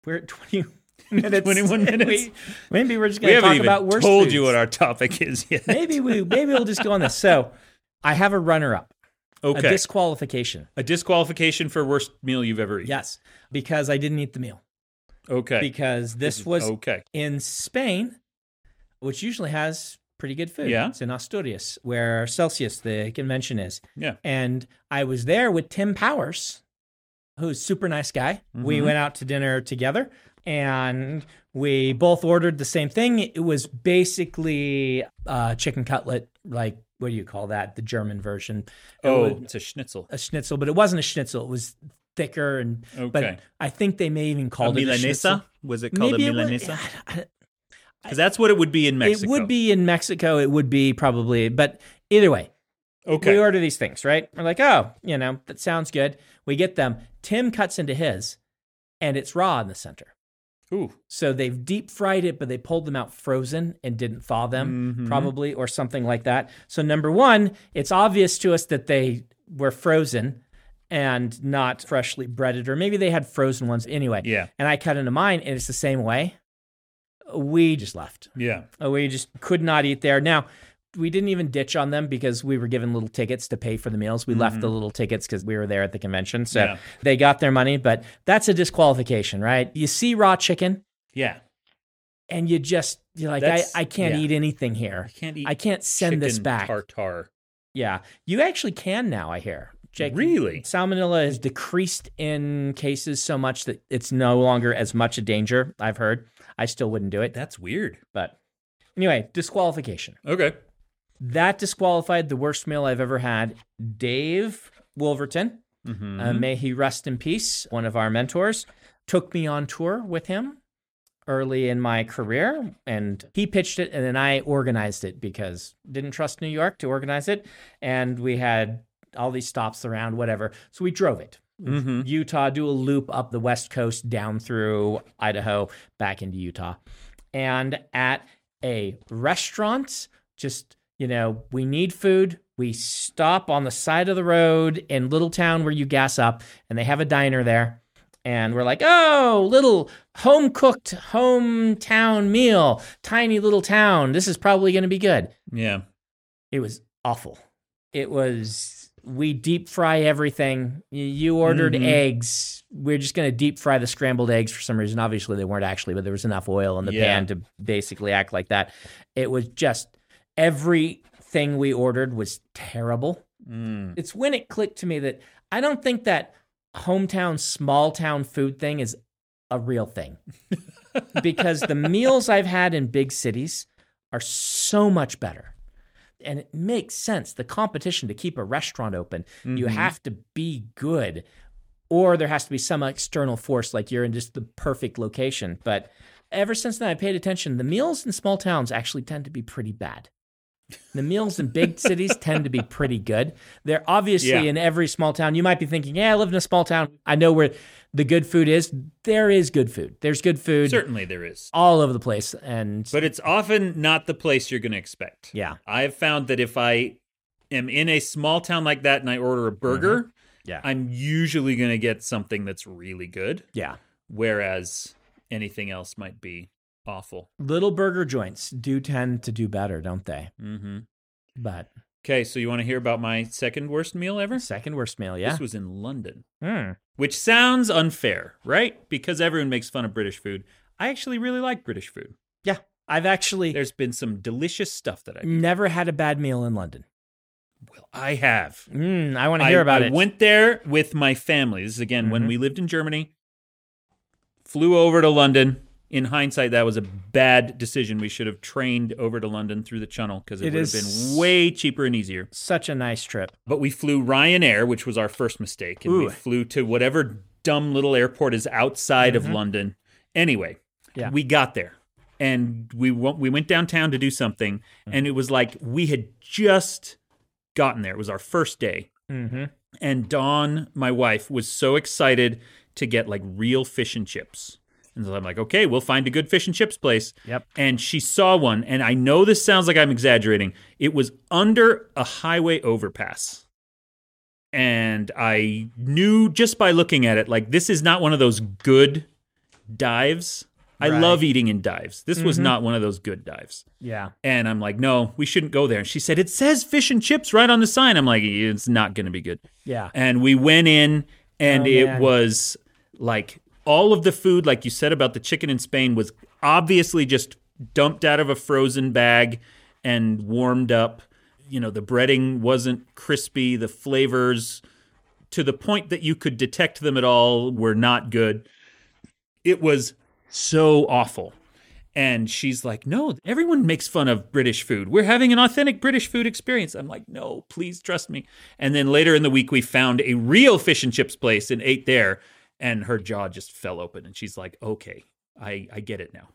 [SPEAKER 1] We're at 20 minutes.
[SPEAKER 2] 21
[SPEAKER 1] and
[SPEAKER 2] minutes.
[SPEAKER 1] we- maybe we're just
[SPEAKER 2] we
[SPEAKER 1] going to
[SPEAKER 2] haven't
[SPEAKER 1] talk
[SPEAKER 2] even
[SPEAKER 1] about worst
[SPEAKER 2] told
[SPEAKER 1] foods.
[SPEAKER 2] you what our topic is yet
[SPEAKER 1] maybe we maybe we'll just go on this. So I have a runner up,
[SPEAKER 2] okay
[SPEAKER 1] a disqualification.
[SPEAKER 2] A disqualification for worst meal you've ever eaten
[SPEAKER 1] Yes, because I didn't eat the meal.
[SPEAKER 2] okay
[SPEAKER 1] Because this was
[SPEAKER 2] okay
[SPEAKER 1] in Spain, which usually has pretty good food.
[SPEAKER 2] Yeah.
[SPEAKER 1] It's in Asturias, where Celsius, the convention is.
[SPEAKER 2] yeah
[SPEAKER 1] And I was there with Tim Powers, who's a super nice guy.
[SPEAKER 2] Mm-hmm.
[SPEAKER 1] We went out to dinner together and we both ordered the same thing. It was basically uh, chicken cutlet, like, what do you call that? The German version. It
[SPEAKER 2] oh
[SPEAKER 1] was-
[SPEAKER 2] it's a schnitzel
[SPEAKER 1] a schnitzel, but it wasn't a schnitzel. It was thicker and
[SPEAKER 2] Okay.
[SPEAKER 1] but I think they may even
[SPEAKER 2] A
[SPEAKER 1] called it a schnitzel.
[SPEAKER 2] Milanesa? Was it called
[SPEAKER 1] Maybe
[SPEAKER 2] a
[SPEAKER 1] it would-
[SPEAKER 2] Milanesa?
[SPEAKER 1] I- I-
[SPEAKER 2] Because that's what it would be in Mexico.
[SPEAKER 1] It would be in Mexico. It would be probably, but either way,
[SPEAKER 2] Okay.
[SPEAKER 1] we order these things, right? We're like, oh, you know, that sounds good. We get them. Tim cuts into his, and it's raw in the center.
[SPEAKER 2] Ooh.
[SPEAKER 1] So they've deep fried it, but they pulled them out frozen and didn't thaw them,
[SPEAKER 2] Mhm.
[SPEAKER 1] probably, or something like that. So, number one, it's obvious to us that they were frozen and not freshly breaded, or maybe they had frozen ones anyway.
[SPEAKER 2] Yeah.
[SPEAKER 1] And I cut into mine, and it's the same way. We just left.
[SPEAKER 2] Yeah.
[SPEAKER 1] Uh, We just could not eat there. Now, we didn't even ditch on them because we were given little tickets to pay for the meals. We left the little tickets because we were there at the convention. So
[SPEAKER 2] Mm-hmm. Yeah.
[SPEAKER 1] they got their money, but that's a disqualification, right? You see raw chicken
[SPEAKER 2] Yeah.
[SPEAKER 1] and you just, you're like, I,
[SPEAKER 2] That's-
[SPEAKER 1] I can't
[SPEAKER 2] yeah.
[SPEAKER 1] eat anything
[SPEAKER 2] I
[SPEAKER 1] here.
[SPEAKER 2] can't eat.
[SPEAKER 1] I can't send this
[SPEAKER 2] chicken
[SPEAKER 1] back.
[SPEAKER 2] Tartar.
[SPEAKER 1] Yeah. You actually can now, I hear. Jake,
[SPEAKER 2] Really?
[SPEAKER 1] Salmonella has decreased in cases so much that it's no longer as much a danger, I've heard. I still wouldn't do it,
[SPEAKER 2] That's weird.
[SPEAKER 1] but anyway, disqualification.
[SPEAKER 2] Okay.
[SPEAKER 1] That disqualified the worst meal I've ever had. Dave Wolverton,
[SPEAKER 2] Mm-hmm.
[SPEAKER 1] uh, may he rest in peace, one of our mentors, took me on tour with him early in my career and he pitched it and then I organized it because didn't trust New York to organize it and we had all these stops around whatever so we drove it
[SPEAKER 2] Mhm.
[SPEAKER 1] Utah do a loop up the west coast down through Idaho back into Utah and at a restaurant just you know we need food we stop on the side of the road in little town where you gas up and they have a diner there and we're like oh little home cooked hometown meal tiny little town this is probably going to be good
[SPEAKER 2] yeah.
[SPEAKER 1] it was awful it was we deep fry everything Y- you ordered
[SPEAKER 2] Mhm.
[SPEAKER 1] eggs we're just going to deep fry the scrambled eggs for some reason obviously they weren't actually but there was enough oil in the
[SPEAKER 2] Yeah.
[SPEAKER 1] pan to basically act like that it was just everything we ordered was terrible
[SPEAKER 2] Mm.
[SPEAKER 1] it's when it clicked to me that i don't think that hometown small town food thing is a real thing because the meals I've had in big cities are so much better. And it makes sense. The competition to keep a restaurant open, you
[SPEAKER 2] Mhm.
[SPEAKER 1] have to be good, or there has to be some external force, like you're in just the perfect location. But ever since then, I paid attention. The meals in small towns actually tend to be pretty bad. The meals in big cities tend to be pretty good. They're obviously
[SPEAKER 2] Yeah.
[SPEAKER 1] in every small town. You might be thinking, yeah, I live in a small town. I know where the good food is. There is good food. There's good food
[SPEAKER 2] Certainly there is.
[SPEAKER 1] all over the place and
[SPEAKER 2] But it's often not the place you're going to expect.
[SPEAKER 1] yeah
[SPEAKER 2] I've found that if I am in a small town like that and I order a burger,
[SPEAKER 1] Mm-hmm. yeah
[SPEAKER 2] I'm usually going to get something that's really good,
[SPEAKER 1] yeah
[SPEAKER 2] whereas anything else might be awful.
[SPEAKER 1] little burger joints do tend to do better don't they
[SPEAKER 2] Mm-hmm.
[SPEAKER 1] but
[SPEAKER 2] Okay, so you want to hear about my second worst meal ever?
[SPEAKER 1] second worst meal yeah
[SPEAKER 2] Hmm. This was in London,
[SPEAKER 1] Mm.
[SPEAKER 2] which sounds unfair, right? Because everyone makes fun of British food. I actually really like British food.
[SPEAKER 1] yeah i've actually
[SPEAKER 2] There's been some delicious stuff that I
[SPEAKER 1] never had a bad meal in london
[SPEAKER 2] well, I have.
[SPEAKER 1] mm, i want to hear about
[SPEAKER 2] I
[SPEAKER 1] it
[SPEAKER 2] went there with my family. This is again when
[SPEAKER 1] Mhm.
[SPEAKER 2] we lived in Germany. Flew over to London. In hindsight, that was a bad decision. We should have trained over to London through the Channel because it,
[SPEAKER 1] It
[SPEAKER 2] would have
[SPEAKER 1] is-
[SPEAKER 2] been way cheaper and easier.
[SPEAKER 1] such a nice trip
[SPEAKER 2] But we flew Ryanair, which was our first mistake, and
[SPEAKER 1] Ooh.
[SPEAKER 2] we flew to whatever dumb little airport is outside of London. Anyway,
[SPEAKER 1] Mm-hmm. Yeah.
[SPEAKER 2] we got there, and we went, we went downtown to do something,
[SPEAKER 1] Mm.
[SPEAKER 2] and it was like we had just gotten there. It was our first day,
[SPEAKER 1] mm-hmm.
[SPEAKER 2] and Dawn, my wife, was so excited to get like real fish and chips. And so I'm like, okay, we'll find a good fish and chips place.
[SPEAKER 1] Yep.
[SPEAKER 2] And she saw one, and I know this sounds like I'm exaggerating. It was under a highway overpass. And I knew just by looking at it, like, this is not one of those good dives. I
[SPEAKER 1] Right. Mm-hmm.
[SPEAKER 2] love eating in dives. This was not one of those good dives.
[SPEAKER 1] yeah
[SPEAKER 2] And I'm like, no, we shouldn't go there. And she said, it says fish and chips right on the sign. I'm like, it's not going to be good
[SPEAKER 1] yeah
[SPEAKER 2] and we went in and
[SPEAKER 1] Oh,
[SPEAKER 2] it
[SPEAKER 1] man.
[SPEAKER 2] was like all of the food like you said about the chicken in spain was obviously just dumped out of a frozen bag and warmed up you know the breading wasn't crispy the flavors to the point that you could detect them at all were not good it was so awful And she's like, no, everyone makes fun of British food. We're having an authentic British food experience. I'm like, no, please trust me. And then later in the week, we found a real fish and chips place and ate there. And her jaw just fell open. And she's like, okay, I, I get it now.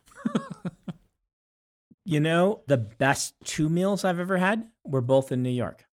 [SPEAKER 1] You know, the best two meals I've ever had were both in New York.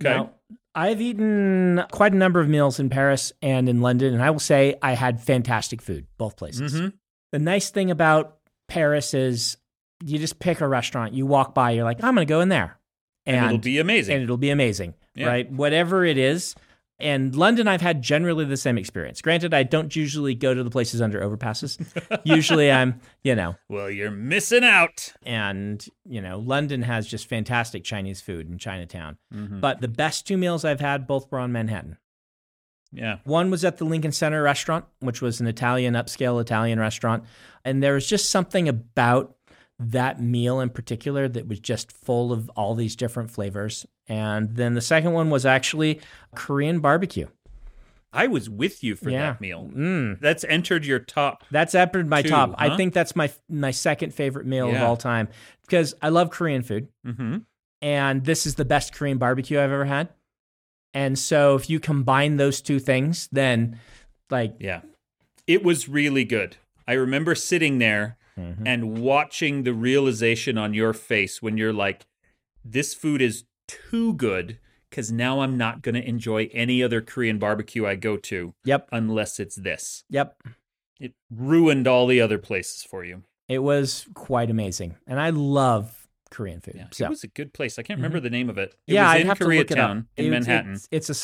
[SPEAKER 2] Okay.
[SPEAKER 1] Now, I've eaten quite a number of meals in Paris and in London, and I will say I had fantastic food both places.
[SPEAKER 2] Mhm.
[SPEAKER 1] The nice thing about Paris is you just pick a restaurant, you walk by, you're like, I'm going to go in there.
[SPEAKER 2] And, it'll be amazing.
[SPEAKER 1] and it'll be amazing,
[SPEAKER 2] Yeah.
[SPEAKER 1] right? Whatever it is. And London, I've had generally the same experience. Granted, I don't usually go to the places under overpasses. usually I'm, you know,
[SPEAKER 2] well, you're missing out.
[SPEAKER 1] and you know london has just fantastic chinese food in chinatown
[SPEAKER 2] Mm-hmm.
[SPEAKER 1] but the best two meals i've had both were on manhattan
[SPEAKER 2] Yeah.
[SPEAKER 1] one was at the lincoln center restaurant which was an italian upscale italian restaurant and there was just something about that meal in particular that was just full of all these different flavors and then the second one was actually korean barbecue
[SPEAKER 2] I was with you for
[SPEAKER 1] Yeah.
[SPEAKER 2] that meal.
[SPEAKER 1] mm.
[SPEAKER 2] That's entered your top.
[SPEAKER 1] That's entered my
[SPEAKER 2] Two,
[SPEAKER 1] top. I
[SPEAKER 2] huh?
[SPEAKER 1] think that's my my second favorite meal of
[SPEAKER 2] Yeah.
[SPEAKER 1] all time because I love Korean food.
[SPEAKER 2] Mm-hmm.
[SPEAKER 1] and this is the best Korean barbecue I've ever had. And so if you combine those two things, then like
[SPEAKER 2] Yeah. It was really good. I remember sitting there
[SPEAKER 1] Mm-hmm.
[SPEAKER 2] and watching the realization on your face when you're like, this food is too good because now I'm not going to enjoy any other Korean barbecue I go to
[SPEAKER 1] yep,
[SPEAKER 2] unless it's this.
[SPEAKER 1] yep.
[SPEAKER 2] It ruined all the other places for you.
[SPEAKER 1] It was quite amazing. And I love Korean food.
[SPEAKER 2] Yeah.
[SPEAKER 1] so
[SPEAKER 2] It was a good place. I can't remember the name of it. It
[SPEAKER 1] Mm-hmm. yeah,
[SPEAKER 2] was
[SPEAKER 1] I'd
[SPEAKER 2] in
[SPEAKER 1] have to look it up.
[SPEAKER 2] Koreatown in
[SPEAKER 1] It's-
[SPEAKER 2] Manhattan.
[SPEAKER 1] It's, it's a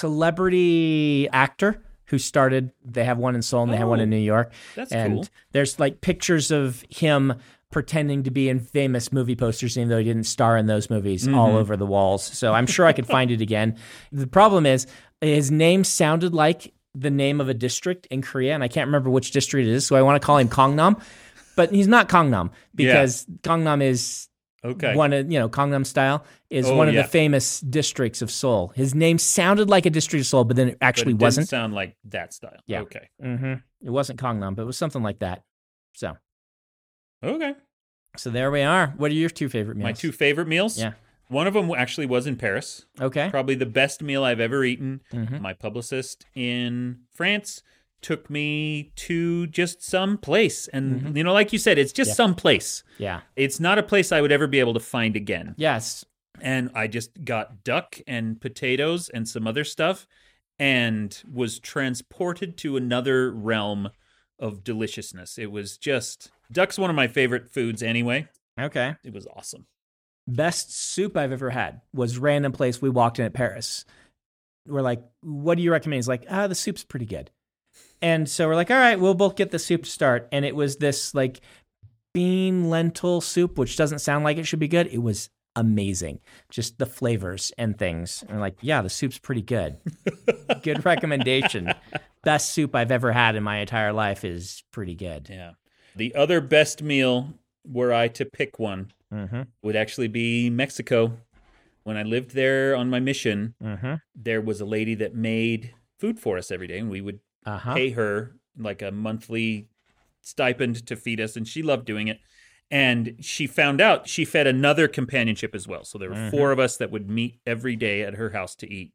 [SPEAKER 1] celebrity actor who started they have one in Seoul and they have one
[SPEAKER 2] Oh,
[SPEAKER 1] in New York.
[SPEAKER 2] that's
[SPEAKER 1] and
[SPEAKER 2] cool.
[SPEAKER 1] There's like pictures of him pretending to be in famous movie posters, even though he didn't star in those movies,
[SPEAKER 2] Mm-hmm.
[SPEAKER 1] all over the walls. So I'm sure I could find it again. The problem is his name sounded like the name of a district in Korea, and I can't remember which district it is. So I want to call him Kongnam, but he's not Kongnam because Kongnam is
[SPEAKER 2] Okay.
[SPEAKER 1] one of you know Gangnam Style is
[SPEAKER 2] Oh,
[SPEAKER 1] one of
[SPEAKER 2] yeah.
[SPEAKER 1] the famous districts of Seoul. His name sounded like a district of Seoul, but then it
[SPEAKER 2] but
[SPEAKER 1] actually
[SPEAKER 2] it
[SPEAKER 1] wasn't.
[SPEAKER 2] Didn't sound like that style.
[SPEAKER 1] Yeah.
[SPEAKER 2] Okay.
[SPEAKER 1] hmm It wasn't Gangnam, but it was something like that. So,
[SPEAKER 2] Okay.
[SPEAKER 1] so there we are. What are your two favorite meals?
[SPEAKER 2] My two favorite meals.
[SPEAKER 1] Yeah.
[SPEAKER 2] One of them actually was in Paris.
[SPEAKER 1] Okay.
[SPEAKER 2] Probably the best meal I've ever eaten.
[SPEAKER 1] Mhm.
[SPEAKER 2] My publicist in France took me to just some place. And, you know, like you said, it's just
[SPEAKER 1] Mm-hmm. Yeah.
[SPEAKER 2] some place.
[SPEAKER 1] Yeah.
[SPEAKER 2] It's not a place I would ever be able to find again.
[SPEAKER 1] Yes.
[SPEAKER 2] And I just got duck and potatoes and some other stuff and was transported to another realm of deliciousness. It was just, duck's one of my favorite foods anyway.
[SPEAKER 1] Okay.
[SPEAKER 2] It was awesome.
[SPEAKER 1] Best soup I've ever had was random place we walked in at Paris. We're like, what do you recommend? He's like, ah, the soup's pretty good. And so we're like, all right, we'll both get the soup to start. And it was this like bean lentil soup, which doesn't sound like it should be good. It was amazing. Just the flavors and things. And like, yeah, the soup's pretty good. good recommendation. Best soup I've ever had in my entire life is pretty good.
[SPEAKER 2] Yeah. The other best meal, were I to pick one,
[SPEAKER 1] Mm-hmm.
[SPEAKER 2] would actually be Mexico. When I lived there on my mission,
[SPEAKER 1] Mm-hmm.
[SPEAKER 2] there was a lady that made food for us every day, and we would
[SPEAKER 1] Uh-huh.
[SPEAKER 2] pay her like a monthly stipend to feed us, and she loved doing it. And she found out she fed another companionship as well. So there were
[SPEAKER 1] Mm-hmm.
[SPEAKER 2] four of us that would meet every day at her house to eat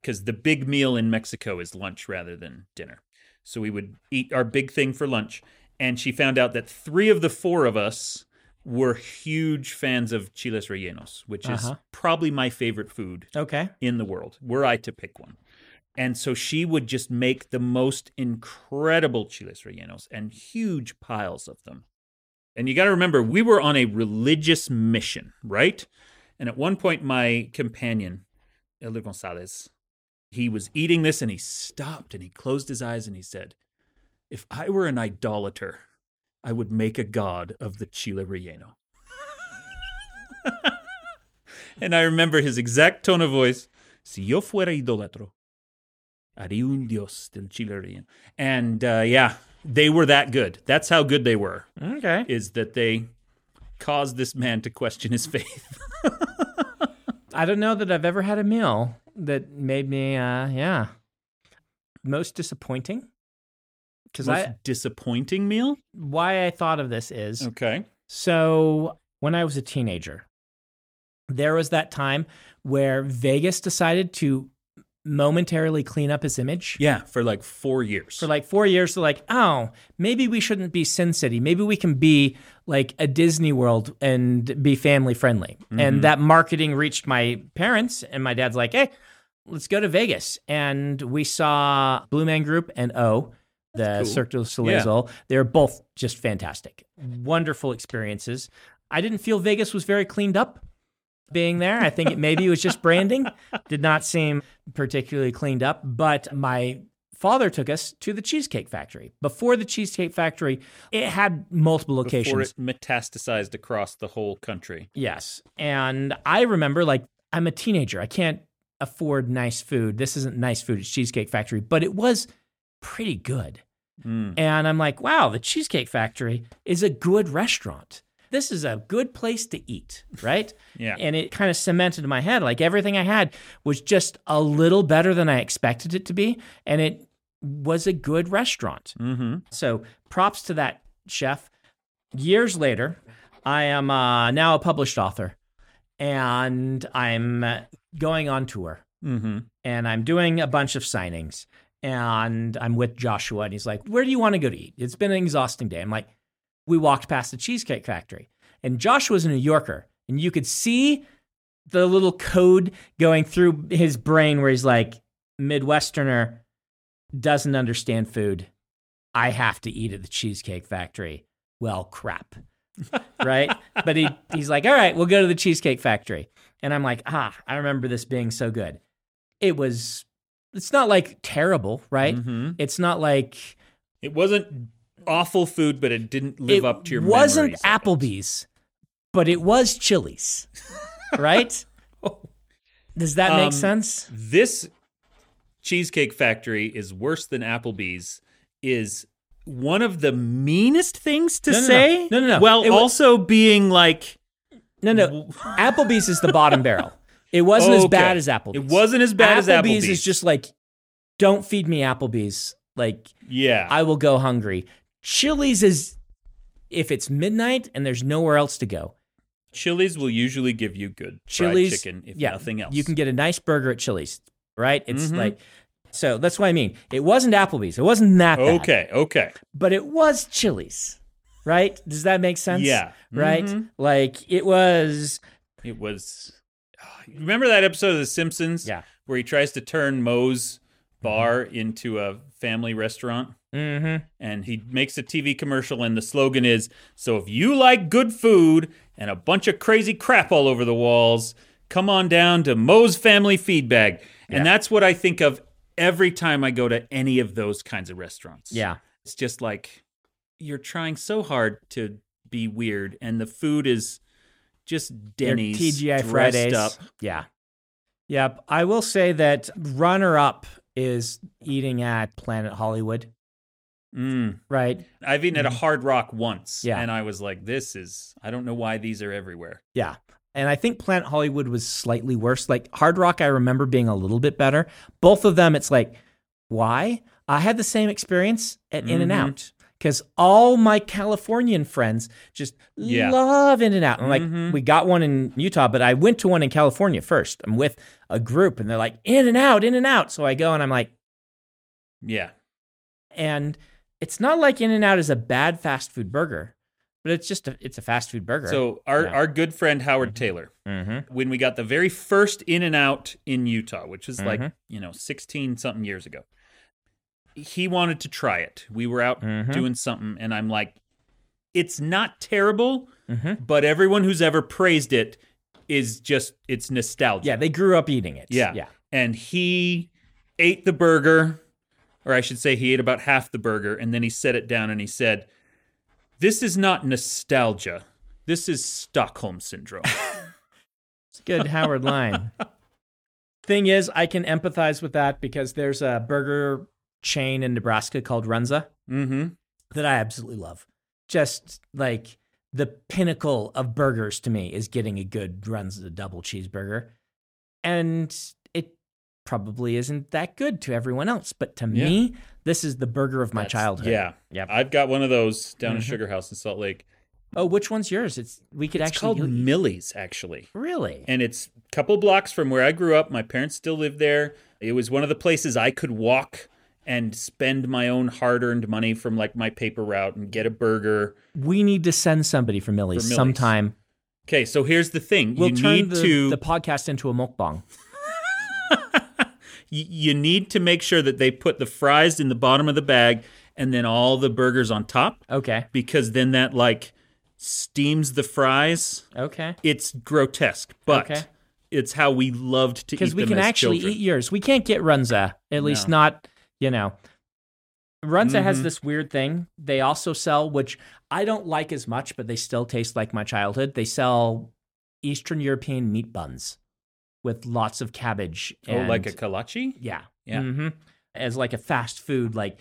[SPEAKER 2] because the big meal in Mexico is lunch rather than dinner. So we would eat our big thing for lunch. And she found out that three of the four of us were huge fans of chiles rellenos, which is
[SPEAKER 1] Uh-huh.
[SPEAKER 2] probably my favorite food
[SPEAKER 1] Okay.
[SPEAKER 2] in the world, were I to pick one. And so she would just make the most incredible chiles rellenos and huge piles of them. And you got to remember, we were on a religious mission, right? And at one point, my companion, Elder Gonzalez, he was eating this and he stopped and he closed his eyes and he said, If I were an idolater, I would make a god of the chile relleno. and I remember his exact tone of voice. Si yo fuera idolatro, haría un dios del chile relleno. And uh, yeah, they were that good. That's how good they were.
[SPEAKER 1] Okay.
[SPEAKER 2] Is that they caused this man to question his faith?
[SPEAKER 1] I don't know that I've ever had a meal that made me, uh, yeah, most disappointing.
[SPEAKER 2] Most
[SPEAKER 1] because I
[SPEAKER 2] disappointing meal.
[SPEAKER 1] why I thought of this is
[SPEAKER 2] Okay.
[SPEAKER 1] So, when I was a teenager, there was that time where Vegas decided to momentarily clean up his image.
[SPEAKER 2] Yeah, for like four years.
[SPEAKER 1] For like four years, they're like, oh, maybe we shouldn't be Sin City. Maybe we can be like a Disney World and be family friendly. And that marketing reached my parents, and my dad's like, hey, let's go to Vegas. And we saw Blue Man Group and O, the
[SPEAKER 2] cool.
[SPEAKER 1] Cirque du Soleil. They're both just fantastic, wonderful experiences. I didn't feel Vegas was very cleaned up being there. I think it maybe was just branding. Did not seem particularly cleaned up, but my father took us to the Cheesecake Factory. Before the Cheesecake Factory, it had multiple locations.
[SPEAKER 2] before it metastasized across the whole country.
[SPEAKER 1] Yes. And I remember, like, I'm a teenager. I can't afford nice food. This isn't nice food. It's Cheesecake Factory, but it was pretty good. And I'm like, wow, the Cheesecake Factory is a good restaurant. This is a good place to eat, right?
[SPEAKER 2] Yeah.
[SPEAKER 1] And it kind of cemented in my head like everything I had was just a little better than I expected it to be. And it was a good restaurant.
[SPEAKER 2] Mm-hmm.
[SPEAKER 1] So props to that chef. Years later, I am uh, now a published author and I'm uh, going on tour
[SPEAKER 2] Mm-hmm.
[SPEAKER 1] and I'm doing a bunch of signings and I'm with Joshua and he's like, "Where do you want to go to eat?" It's been an exhausting day. I'm like, "We walked past the cheesecake factory." And Joshua's a New Yorker and you could see the little code going through his brain where he's like, "Midwesterner doesn't understand food. I have to eat at the cheesecake factory." Well, crap. right? But he he's like, "All right, we'll go to the cheesecake factory." And I'm like, "Ah, I remember this being so good." it was it's not like terrible right
[SPEAKER 2] Mm-hmm.
[SPEAKER 1] it's not like
[SPEAKER 2] It wasn't awful food, but it didn't live
[SPEAKER 1] it
[SPEAKER 2] up to your
[SPEAKER 1] wasn't
[SPEAKER 2] memories of it.
[SPEAKER 1] applebee's but it was chili's right does that
[SPEAKER 2] Um,
[SPEAKER 1] make sense
[SPEAKER 2] This cheesecake factory is worse than Applebee's. Is one of the meanest things to
[SPEAKER 1] No, no, no.
[SPEAKER 2] say.
[SPEAKER 1] No, no, no.
[SPEAKER 2] While
[SPEAKER 1] It wa-
[SPEAKER 2] also being like
[SPEAKER 1] no no applebee's is the bottom barrel it wasn't as
[SPEAKER 2] Okay.
[SPEAKER 1] bad as applebee's
[SPEAKER 2] It wasn't as bad as
[SPEAKER 1] applebee's
[SPEAKER 2] Applebee's.
[SPEAKER 1] is just like don't feed me applebee's like
[SPEAKER 2] yeah.
[SPEAKER 1] i will go hungry chili's is if it's midnight and there's nowhere else to go
[SPEAKER 2] Chili's will usually give you good
[SPEAKER 1] Chili's
[SPEAKER 2] fried chicken, if nothing else.
[SPEAKER 1] You can get a nice burger at Chili's, right? It's
[SPEAKER 2] Mhm.
[SPEAKER 1] like so that's what I mean. It wasn't Applebee's. It wasn't that bad,
[SPEAKER 2] Okay. Okay.
[SPEAKER 1] but it was Chili's, right? Does that make sense?
[SPEAKER 2] Yeah.
[SPEAKER 1] Right?
[SPEAKER 2] Mhm.
[SPEAKER 1] Like it was
[SPEAKER 2] It was. Remember that episode of The Simpsons?
[SPEAKER 1] Yeah.
[SPEAKER 2] Where he tries to turn Moe's bar into a family restaurant.
[SPEAKER 1] mhm.
[SPEAKER 2] And he makes a TV commercial, and the slogan is So if you like good food and a bunch of crazy crap all over the walls, come on down to Moe's Family Feed Bag. And that's what I think of every time I go to any of those kinds of restaurants.
[SPEAKER 1] Yeah.
[SPEAKER 2] It's just like you're trying so hard to be weird, and the food is just
[SPEAKER 1] They're
[SPEAKER 2] Denny's
[SPEAKER 1] TGI
[SPEAKER 2] dressed
[SPEAKER 1] Fridays.
[SPEAKER 2] up.
[SPEAKER 1] Yeah. Yep. I will say that runner up is eating at Planet Hollywood,
[SPEAKER 2] Mm.
[SPEAKER 1] right?
[SPEAKER 2] I've eaten at a Hard Rock once,
[SPEAKER 1] Mm. Yeah.
[SPEAKER 2] and I was like, "This is." I don't know why these are everywhere.
[SPEAKER 1] Yeah. And I think Planet Hollywood was slightly worse. Like Hard Rock, I remember being a little bit better. Both of them, it's like, why? I had the same experience at In and
[SPEAKER 2] Mm-hmm.
[SPEAKER 1] Out because all my Californian friends just
[SPEAKER 2] Yeah.
[SPEAKER 1] love In and Out. I'm like,
[SPEAKER 2] Mhm.
[SPEAKER 1] we got one in Utah, but I went to one in California first. I'm with a group and they're like, In and Out, In and Out. So I go and I'm like,
[SPEAKER 2] Yeah,
[SPEAKER 1] and it's not like In and Out is a bad fast food burger, but it's just a, it's a fast food burger.
[SPEAKER 2] So our
[SPEAKER 1] Yeah.
[SPEAKER 2] our good friend Howard Taylor,
[SPEAKER 1] Mhm.
[SPEAKER 2] when we got the very first In and Out in Utah, which is like
[SPEAKER 1] Mhm.
[SPEAKER 2] you know sixteen something years ago, he wanted to try it. We were out
[SPEAKER 1] Mhm.
[SPEAKER 2] doing something, and I'm like, "It's not terrible,
[SPEAKER 1] Mhm.
[SPEAKER 2] but everyone who's ever praised it is just it's nostalgia."
[SPEAKER 1] yeah, they grew up eating it.
[SPEAKER 2] Yeah.
[SPEAKER 1] Yeah.
[SPEAKER 2] And he ate the burger, or I should say, he ate about half the burger, and then he set it down and he said, This is not nostalgia. This is Stockholm syndrome.
[SPEAKER 1] It's a good Howard line. Thing is, I can empathize with that because there's a burger chain in Nebraska called Runza
[SPEAKER 2] mm-hmm.
[SPEAKER 1] that I absolutely love. Just like the pinnacle of burgers to me is getting a good Runza double cheeseburger. And it probably isn't that good to everyone else, but to me, this is the burger of my
[SPEAKER 4] That's-
[SPEAKER 1] childhood.
[SPEAKER 2] Yeah.
[SPEAKER 4] Yep.
[SPEAKER 2] I've got one of those down in Sugar House in Salt Lake.
[SPEAKER 1] Oh, which one's yours? Mm-hmm. It's we could
[SPEAKER 2] It's
[SPEAKER 1] actually
[SPEAKER 2] called
[SPEAKER 1] you'll-
[SPEAKER 2] Millie's, actually.
[SPEAKER 1] really.
[SPEAKER 2] And it's a couple blocks from where I grew up. My parents still live there. It was one of the places I could walk and spend my own hard earned money from like my paper route and get a burger.
[SPEAKER 1] we need to send somebody from Millie's,
[SPEAKER 2] Millie's.
[SPEAKER 1] sometime.
[SPEAKER 2] Okay, so here's the thing.
[SPEAKER 1] We'll
[SPEAKER 2] you
[SPEAKER 1] turn
[SPEAKER 2] need
[SPEAKER 1] the,
[SPEAKER 2] to
[SPEAKER 1] the podcast into a mukbang.
[SPEAKER 2] y- you need to make sure that they put the fries in the bottom of the bag and then all the burgers on top
[SPEAKER 1] Okay.
[SPEAKER 2] because then that like steams the fries.
[SPEAKER 1] Okay.
[SPEAKER 2] It's grotesque, but
[SPEAKER 1] Okay.
[SPEAKER 2] it's how we loved to eat
[SPEAKER 1] Because we
[SPEAKER 2] them
[SPEAKER 1] can
[SPEAKER 2] as
[SPEAKER 1] actually
[SPEAKER 2] children.
[SPEAKER 1] eat yours. We can't get Runza, at least not, you know. Runza
[SPEAKER 2] Mm-hmm.
[SPEAKER 1] has this weird thing they also sell, which I don't like as much, but they still taste like my childhood. They sell Eastern European meat buns with lots of cabbage.
[SPEAKER 2] Oh,
[SPEAKER 1] and-
[SPEAKER 2] like a kolache?
[SPEAKER 1] yeah,
[SPEAKER 2] Yeah.
[SPEAKER 1] hmm as like a fast food, like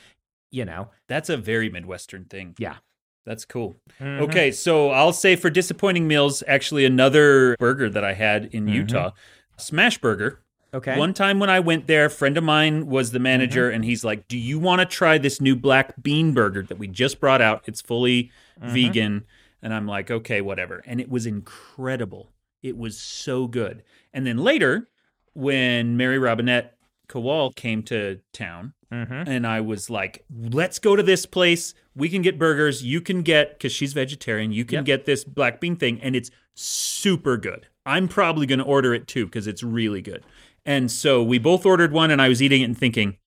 [SPEAKER 1] you know,
[SPEAKER 2] That's a very Midwestern thing.
[SPEAKER 1] yeah.
[SPEAKER 2] That's cool.
[SPEAKER 1] Mm-hmm.
[SPEAKER 2] Okay, so I'll say for disappointing meals, actually another burger that I had in Utah, Smash Burger.
[SPEAKER 1] Okay.
[SPEAKER 2] One time when I went there, a friend of mine was the manager, and he's like, Do you want to try this new black bean burger that we just brought out? It's fully vegan. And I'm like, Okay, whatever. And it was incredible. It was so good. And then later, when Mary Robinette Kowal came to town, and I was like, Let's go to this place. We can get burgers. You can get, because she's vegetarian, you can get this black bean thing, and it's super good. I'm probably going to order it too, because it's really good. And so we both ordered one, and I was eating it and thinking,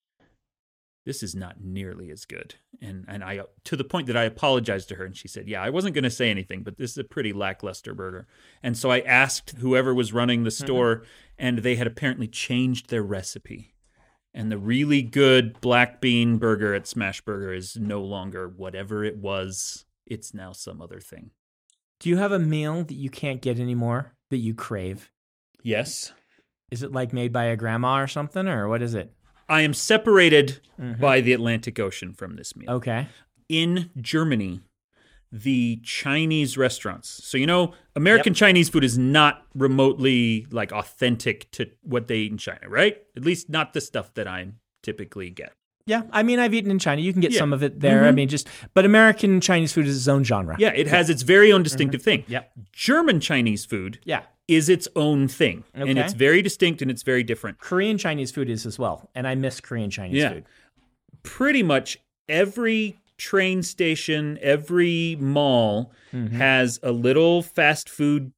[SPEAKER 2] this is not nearly as good. And and I to the point that I apologized to her, and she said, "Yeah, I wasn't going to say anything, but this is a pretty lackluster burger." And so I asked whoever was running the store, and they had apparently changed their recipe. And the really good black bean burger at Smash Burger is no longer whatever it was. It's now some other thing.
[SPEAKER 1] Do you have a meal that you can't get anymore that you crave?
[SPEAKER 2] Yes.
[SPEAKER 1] Is it like made by a grandma or something, or what is it?
[SPEAKER 2] I am separated by the Atlantic Ocean from this meal.
[SPEAKER 1] Okay.
[SPEAKER 2] in Germany, the Chinese restaurants. So you know, American Chinese food is not remotely like authentic to what they eat in China, right? At least not the stuff that I typically get.
[SPEAKER 1] Yeah, I mean, I've eaten in China. You can get
[SPEAKER 2] Yeah. Mm-hmm.
[SPEAKER 1] some of it there. I mean, just but American Chinese food is its own genre.
[SPEAKER 2] Yeah, it has its very own distinctive thing.
[SPEAKER 1] Yep.
[SPEAKER 2] German Chinese food
[SPEAKER 1] yeah.
[SPEAKER 2] is its own thing, and
[SPEAKER 1] Okay.
[SPEAKER 2] it's very distinct and it's very different.
[SPEAKER 1] Korean Chinese food is as well, and I miss Korean Chinese
[SPEAKER 2] Yeah.
[SPEAKER 1] food.
[SPEAKER 2] pretty much every train station, every mall has a little fast food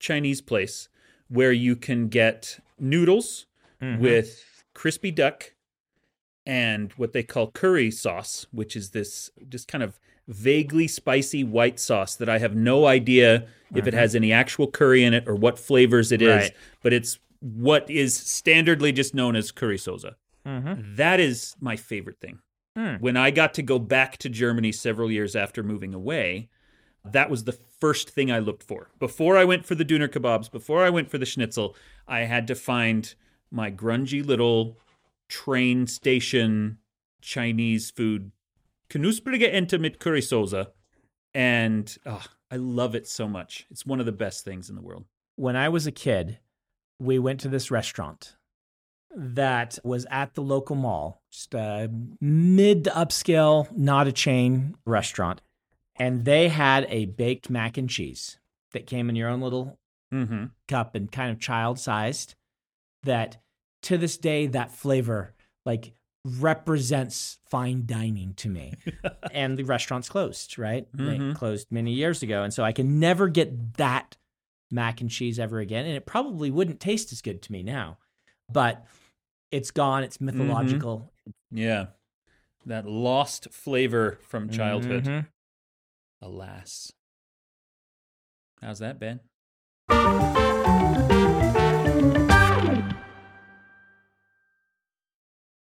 [SPEAKER 2] Chinese place where you can get noodles with crispy duck and what they call curry sauce, which is this just kind of vaguely spicy white sauce that I have no idea if it has any actual curry in it or what flavors it is,
[SPEAKER 1] Right.
[SPEAKER 2] but it's what is standardly just known as curry soza.
[SPEAKER 1] Mm-hmm.
[SPEAKER 2] That is my favorite thing. When I got to go back to Germany several years after moving away, that was the first thing I looked for. Before I went for the Döner kebabs, before I went for the schnitzel, I had to find my grungy little train station Chinese food, Knusprige Ente mit Curry Soße. And ah, I love it so much. It's one of the best things in the world.
[SPEAKER 1] When I was a kid, we went to this restaurant that was at the local mall, just a mid to upscale, not a chain restaurant, and they had a baked mac and cheese that came in your own little
[SPEAKER 2] Mm-hmm.
[SPEAKER 1] cup and kind of child sized that to this day that flavor like represents fine dining to me and the restaurant's closed right they
[SPEAKER 2] Mhm.
[SPEAKER 1] closed many years ago and so i can never get that mac and cheese ever again and it probably wouldn't taste as good to me now but it's gone it's mythological
[SPEAKER 2] Yeah. That lost flavor from childhood.
[SPEAKER 1] Mhm.
[SPEAKER 2] Alas. How's that, Ben?